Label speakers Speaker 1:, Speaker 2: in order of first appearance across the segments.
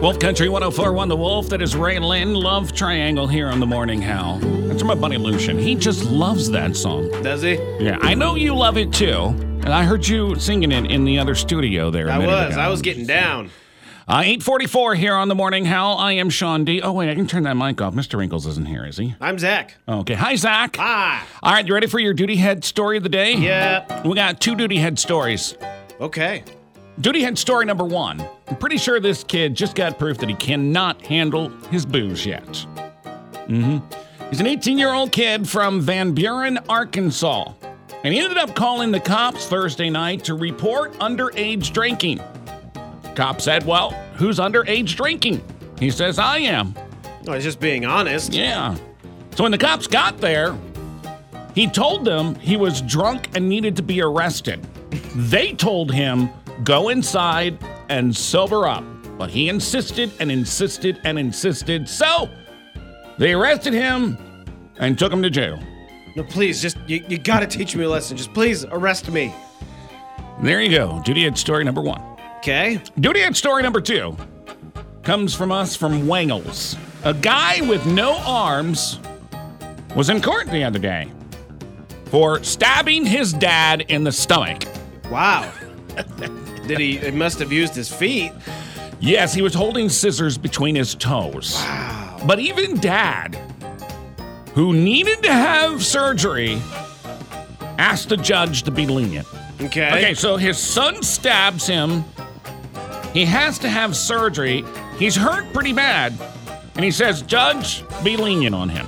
Speaker 1: Wolf Country 1041 The Wolf, that is Ray Lynn, Love Triangle here on The Morning Howl. That's from my buddy Lucian. He just loves that song.
Speaker 2: Does he?
Speaker 1: Yeah, I know you love it too. And I heard you singing it in the other studio there. a
Speaker 2: I
Speaker 1: minute
Speaker 2: was.
Speaker 1: ago.
Speaker 2: I was getting down.
Speaker 1: Uh, 844 here on The Morning Howl. I am Sean D. Oh, wait, I can turn that mic off. Mr. Wrinkles isn't here, is he?
Speaker 2: I'm Zach.
Speaker 1: Okay. Hi, Zach.
Speaker 2: Ah.
Speaker 1: All right, you ready for your duty head story of the day?
Speaker 2: Yeah.
Speaker 1: We got two duty head stories.
Speaker 2: Okay.
Speaker 1: Duty head story number one. I'm pretty sure this kid just got proof that he cannot handle his booze yet. Mm-hmm. He's an 18 year old kid from Van Buren, Arkansas. And he ended up calling the cops Thursday night to report underage drinking. Cop said, Well, who's underage drinking? He says, I am.
Speaker 2: I was just being honest.
Speaker 1: Yeah. So when the cops got there, he told them he was drunk and needed to be arrested. They told him, go inside and sober up. But he insisted and insisted and insisted. So they arrested him and took him to jail.
Speaker 2: No, please, just you, you gotta teach me a lesson. Just please arrest me.
Speaker 1: There you go. Duty at story number one.
Speaker 2: Okay.
Speaker 1: Duty at story number two comes from us from Wangles. A guy with no arms was in court the other day for stabbing his dad in the stomach.
Speaker 2: Wow. Did he? He must have used his feet.
Speaker 1: Yes, he was holding scissors between his toes. But even dad, who needed to have surgery, asked the judge to be lenient.
Speaker 2: Okay.
Speaker 1: Okay, so his son stabs him. He has to have surgery. He's hurt pretty bad. And he says, Judge, be lenient on him.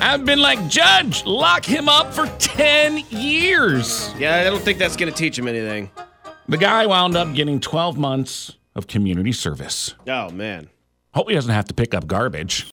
Speaker 1: I've been like, Judge, lock him up for 10 years.
Speaker 2: Yeah, I don't think that's gonna teach him anything.
Speaker 1: The guy wound up getting 12 months of community service.
Speaker 2: Oh man.
Speaker 1: Hope he doesn't have to pick up garbage.